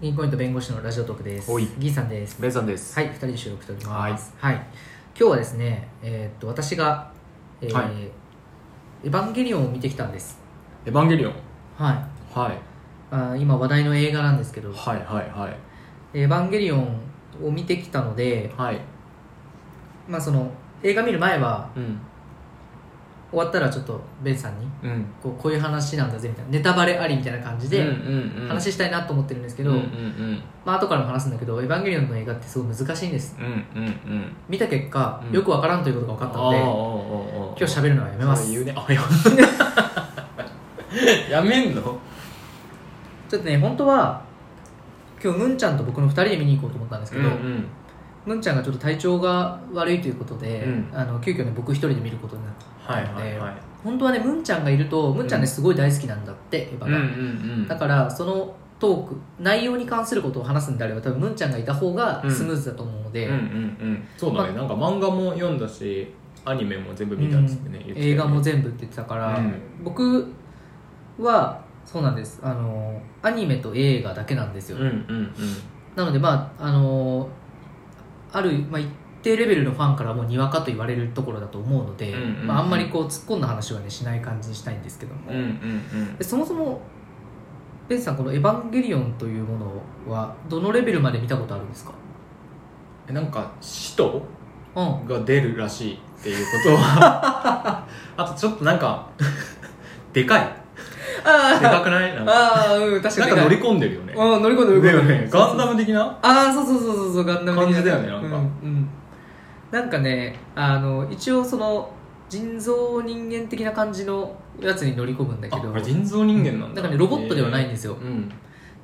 銀行員と弁護士のラジオトークですおいギーさんですベイさんです。はい2人で収録しておりますはい、今日はですねえーっと私が、えーはいエヴァンゲリオン」を見てきたんですエヴァンゲリオン。はいはい。あー今話題の映画なんですけどはいはいはい。 「エヴァンゲリオン」を見てきたのではい。まあその映画見る前はうん。終わったらちょっとベンさんにうん。こうこういう話なんだぜみたいなネタバレありみたいな感じでうんうん、話ししたいなと思ってるんですけけど、うんうんまあ後からも話すんだけど「エヴァンゲリオン」の映画ってすごい難しいんですうん。うんうんうん。見た結果、うんよくわからんということが分かったのあでーあーあーあー今日喋るのはやめますそうちょ言うね。あ、や やめんのっとね本当は今日ムンちゃんと僕の2人で見に行こうと思ったんですけど、ん。ムンちゃんがちょっと体調が悪いということで、うんあの急遽ね僕1人で見ることになってはいはいはい。本当はねムンちゃんがいるとムンちゃんねうんすごい大好きなんだって、エヴァうんうが、んうん。だからそのトーク内容に関することを話すんであれば多分ムンちゃんがいた方がスムーズだと思うので、うんうんうん。そうだね。なんか漫画も読んだし、アニメも全部見たんですってね。言ってたよね映画も全部って言ってたから、うん僕はそうなんですあのアニメと映画だけなんですよ、うんうんなのでまああのある、まあ、一定レベルのファンからもにわかと言われるところだと思うので、うんうんうんまあ、あんまりこう突っ込んだ話はねしない感じにしたいんですけども、うん。うんうんでそもそもベンさんこの「エヴァンゲリオン」というものはどのレベルまで見たことあるんですかうん。なんか、使徒うんが出るらしいっていうことは あとちょっとなんかでかいであかくないなんかあーうん確かなんにか乗り込んでるよねうん乗り込んで乗りだ込よんでねガンダム的なああそうそうそうそうそうガンダム的感じだよねなんかうん、うんなんかねあの一応その人造人間的な感じのやつに乗り込むんだけあどこれ人造人間なんだからねロボットではないんですよ、うん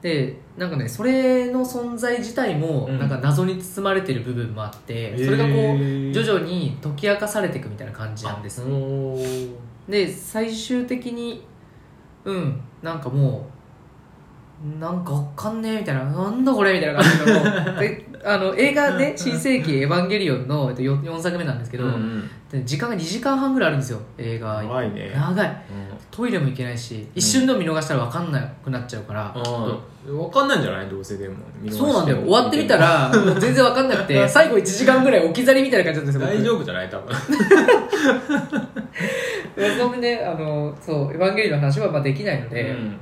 でなんかねそれの存在自体もうんなんか謎に包まれてる部分もあって、それがこう徐々に解き明かされていくみたいな感じなんですあおーで最終的にうんなんかもうなんかわかんねえみたいななんだこれみたいな感じのであの映画 ね「新世紀エヴァンゲリオンの」えっとよ4作目なんですけど、うんうんで時間が2時間半ぐらいあるんですよ映画怖いね長いトイレも行けないし一瞬でも見逃したら分かんなくなっちゃうから、ちょっとうん分かんないんじゃないどうせでも見逃してそうもなんだよ終わってみたらもう全然分かんなく て最後1時間ぐらい置き去りみたいな感じだったんですよ大丈夫じゃない多分夫そんでねあのそう「エヴァンゲリオン」の話はまあできないので、うん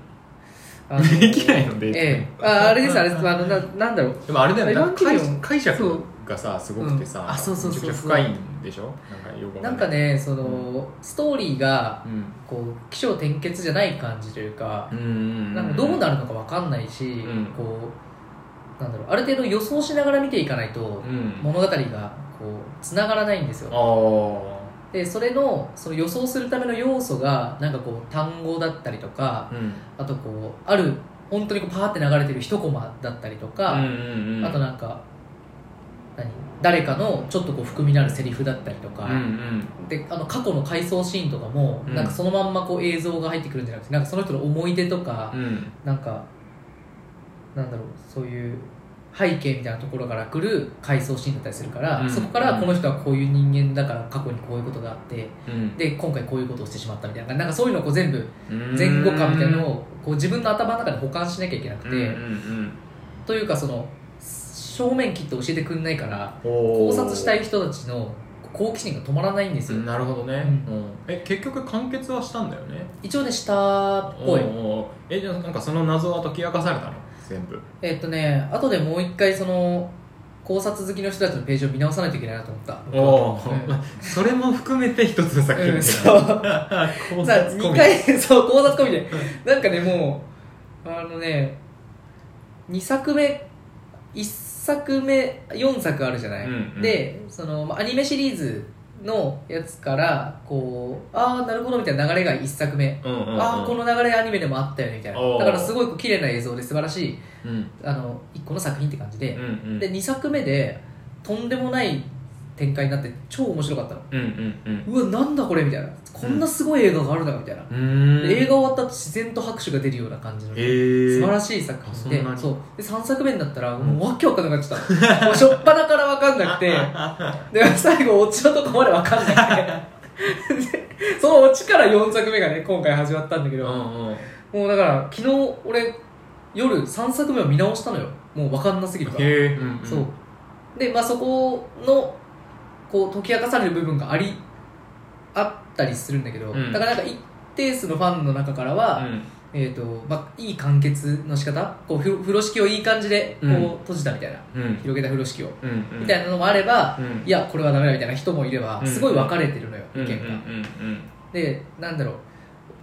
あのできないのでええああれですあれですあのななんだろうでもあれだよねエヴァンゲリオンなんか解解釈がさすごくてさ、うんあそうそうそうそうめちゃくちゃ深いんでしょなんかよくわなんかかんないねその、ストーリーがうんこう起承転結じゃない感じというかう、んうんなんかどうなるのかわかんないし、んこうなんだろうある程度予想しながら見ていかないと、うん物語がこう繋がらないんですよあでそれのその予想するための要素がなんかこう単語だったりとかあうんあとこうある本当にこうパーって流れてる一コマだったりとか、うんうんあとなんか何誰かのちょっとこう含みのあるセリフだったりとか、うんうんであの過去の回想シーンとかも、うんなんかそのまんまこう映像が入ってくるんじゃなくてなんかその人の思い出とか、うんなんかなんだろうそういう背景みたいなところから来る回想シーンだったりするから、うんそこからこの人はこういう人間だから過去にこういうことがあってうんで今回こういうことをしてしまったみたいななんかそういうのをこう全部うん前後感みたいなのをこう自分の頭の中で保管しなきゃいけなくて。うんうんというかその正面切って教えてくんないからうん考考察したい人たちの好奇心が止まらないんですよ、なるほどね、ううんえ結局完結はしたんだよね一応ね下っぽいおーおーえじゃあなんかその謎は解き明かされたの全部えっとね後でもう一回その考察好きの人たちのページを見直さないといけないなと思った僕はうんー それも含めて一つの作品うんですそう 考さあ察込2み回 そう考察込みでなんかねもうあのね2作目1作目4作あるじゃない、うんうんでそのまあアニメシリーズのやつからこうああなるほどみたいな流れが1作目、うんうんうんああこの流れアニメでもあったよねみたいなおーだからすごいこう綺麗な映像で素晴らしいうんあの1個の作品って感じでうん、うんで2作目でとんでもない展開になって超面白かったのうんうんうんうわなんだこれみたいなこんなすごい映画があるだみたいな、うーんで映画終わった後自然と拍手が出るような感じの、へー素晴らしい作品であそんなにそうで3作目になったらもうわけわかんなくなっちゃったもうしょっぱなからわかんなく てで最後オチのとこまでわかんなくてでそのオチから4作目がね今回始まったんだけうど、んうんもうだから昨日俺夜3作目を見直したのよもう分かんなすぎるからへえ、うんんそうでまあそこのこう解き明かされる部分がありあったりするんだけど、うんだからなんか一定数のファンの中からうは、んえーとまあ、いい完結の仕方こうふ風呂敷をいい感じでこううん閉じたみたいな、うん広げた風呂敷を、うんうんみたいなのもあれば、うんいやこれはダメだみたいな人もいれば、うんすごい分かれてるのよ意うん見が、うんでなんだろう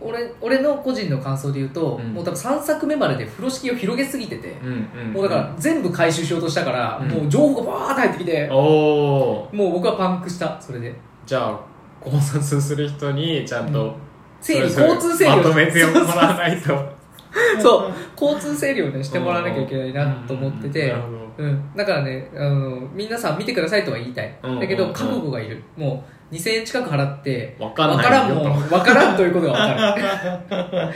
俺俺の個人の感想で言うと、うんもう多分3作目までで風呂敷を広げすぎてて、うんうんうんもうだから全部回収しようとしたから、うんもう情報がバーって入ってきて、おおもう僕はパンクしたそれでじゃあ考察する人にちゃんと、整理それぞれ交通整理をまとめてもらわないと そう交通整理をねしてもらわなきゃいけないなと思っててうんうんううんなるほん、だからねあの皆さん見てくださいとは言いたいうんだけうんど覚悟がいるもう2000円近く払ってどわかん分ないからんよともん分からんということが分かる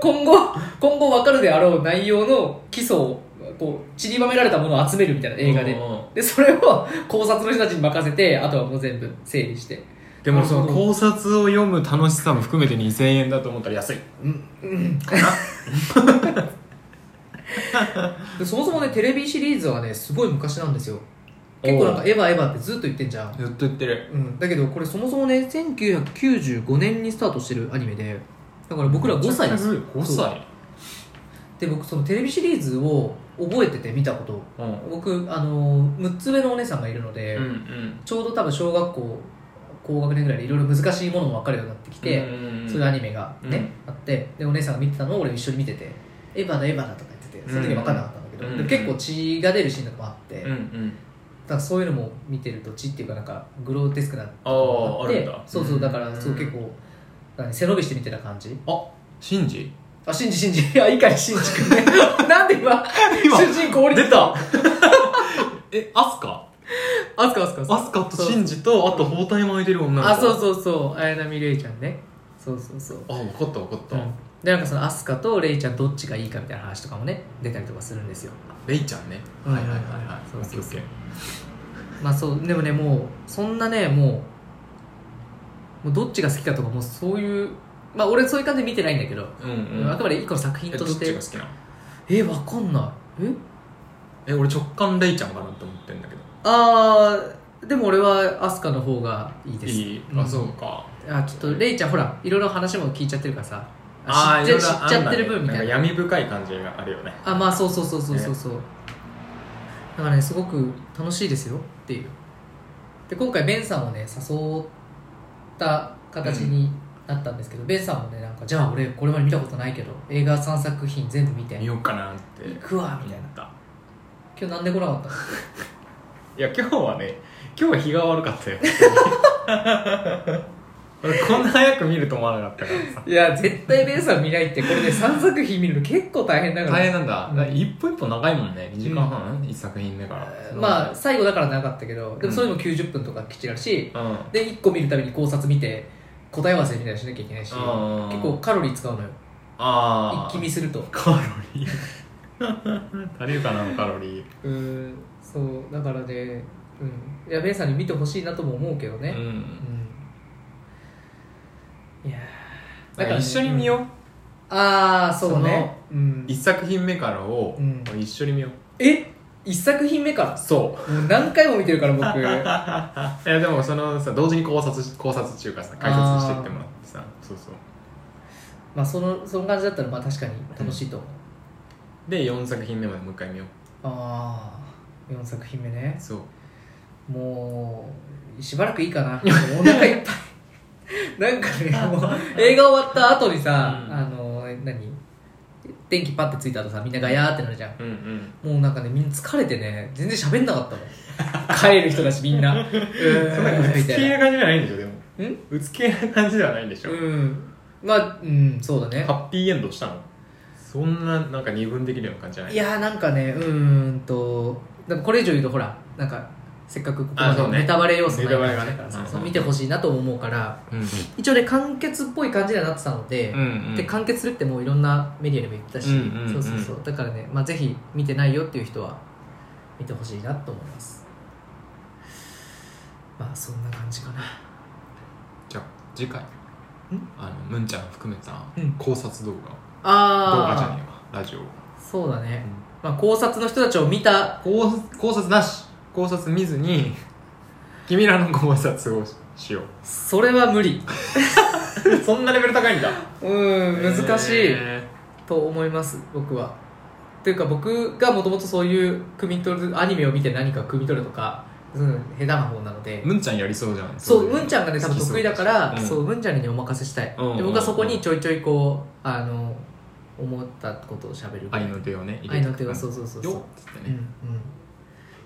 今後今後分かるであろう内容の基礎をこう散りばめられたものを集めるみたいな映画でうんうんでそれを考察の人たちに任せてあとはもう全部整理してでもそのなるほ考察を読む楽しさも含めて2000円だと思ったら安いうんうんかなでそもそもねテレビシリーズはねすごい昔なんですよ結構なんか「エヴァエヴァ」ってずっと言ってんじゃん、ずっと言ってるうん、だけどこれそもそもね1995年にスタートしてるアニメでだから僕ら5歳です5歳で僕そのテレビシリーズを覚えてて見たことうんうん僕あの6つ上のお姉さんがいるので、うんちょうど多分小学校高学年ぐらいでいろいろ難しいものも分かるようになってきて、うんそういうアニメがね、あってでお姉さんが見てたのを俺一緒に見てて「エヴァだエヴァだ」とか言っててその時分かんなかったんだけど、うんでも結構血が出るシーンとかもあって、うんだうんからそういうのも見てると血っていうかなんかグローテスクなとこもあーあるんだそうそうだからそううん結構何背伸びして見てた感じあシンジあシンジシン ジいやいいかいシンジ君ね なんで今今主人公俺出たえアスカあすかあすかアスカとシンジとあと包帯巻いてる女の子あそううそうそう綾波レイちゃんねそうそうそうあ分かった分かった、うんでなんかそのアスカとレイちゃんどっちがいいかみたいな話とかもね出たりとかするんですよレイちゃんねうんはいはいはいはいそうそうそうオッケーオッケーまあそうでもねもうそんなねもうもうどっちが好きかとかもうそういうまあ俺そういう感じで見てないんだけど、うんうんあくまで一個の作品えどとっしちてが好きなのえわかんないええ俺直感レイちゃんかなと思ってんだけどあーでも俺はアスカの方がいいですいいんあそうかあちょっとレイちゃんほらいろいろ話も聞いちゃってるからさあー知っていろいろ知っちゃってる分みたいんなか闇深い感じがあるよねあまあそうそうそうそうそうそう、だからねすごく楽しいですよっていうで今回ベンさんをね誘った形になったんですけど、ベンさんもねなんかじゃあ俺これまで見たことないけど映画3作品全部見て見行ようかなってくわみ思たいなった今日なんで来なかったのいや今日はね今日は日が悪かった よ俺こんな早く見ると思わなかったからさいや絶対ベンさん見ないってこれね3作品見るの結構大変だから大変なんだ、うんだから一歩一歩長いもんね2時間半、一1作品目からまあ最後だから長かったけどでもそれでも90分とかきっちりあるし、あうんで1個見るために考察見て答え合わせみたいなのしなきゃいけないし結うん構カロリー使うのよあ一あ気見するとカロリー足りるかなカロリーうんそうだからね、うん、いやベンさんに見てほしいなとも思うけどうね、うんん、いやーだから一緒に見うよう、ああそうねうん一作品目からをうん一緒に見よう、え一作品目かそうもう何回も見てるから 僕いやでもそのさ同時に考察し考察中からさ解説してってもらってさそうそうまあそのその感じだったらまあ確かに楽しいと思う、で4作品目までもう一回見ようああ4作品目ねそうもうしばらくいいかなもうお腹いっぱ いなんかねもう映画終わった後にさ、うんあの何電気パッてついた後さみんなガヤーってなるじゃんうんうんもうなんかねみんな疲れてね全然喋んなか ったの帰る人だしみんなうそんなうーんみつた系いなな感じじゃないんでしょでもんうつ系な感じではないんでしょ、うんまあうんそうだねハッピーエンドしたのそんななんか二分できるような感じじゃないいやーなんかねうーんとでもこれ以上言うとほらなんかせっかくここあそまうでねネタバレ要素ないネタバレがねからうさんうんそう見てほしいなとも思うからうん一応ね完結っぽい感じにはなってたので、うんうんで完結するってもういろんなメディアでも言ってたし、うんうんうんそうそうそうだからね、まあ、ぜひ見てないよっていう人は見てほしいなと思いますまあそんな感じかなじゃあ次回あのむんちゃん含めたうん考察動画、動画じゃあねえわラジオあそうだね、まあ、考察の人たちを見た考察考察なし考察見ずに君らの考察をしよそれは無理う そんなレベル高いんだうん難しい、えと思います僕はというか僕がもともとそういう汲み取るアニメを見て何か汲み取るとか、うん、下手な方なのでーむんちゃんやりそうじゃんそう、れムンちゃんがね、多分好きそう得意だから、うんそう、ムンちゃんにねお任せしたい。うんで僕はそこにちょいちょいこう、あの、思ったことを喋る。愛の手をね愛の手を、そうそうそうそう。よっつってうんね、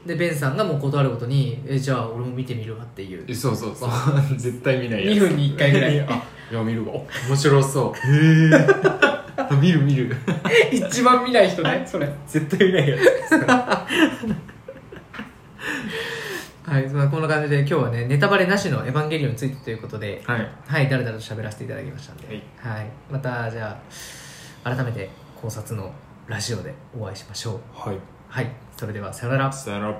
うんで、ベンさんがもう断ることに、え、じゃあ俺も見てみるわっていう。えそうそうそう 絶対見ないやつ2分に1回ぐらい。あいや見るわお面白そうへえ 見る見る 一番見ない人ね、それ。絶対見ないや はい、まあこんな感じで今日はね、ネタバレなしのエヴァンゲリオンについてということでつ、はいはい、だらだらと喋らせていただきましたんで、はいはい。また、じゃあ、改めて考察のラジオでお会いしましょう。はいはい、それではさよなら。さよなら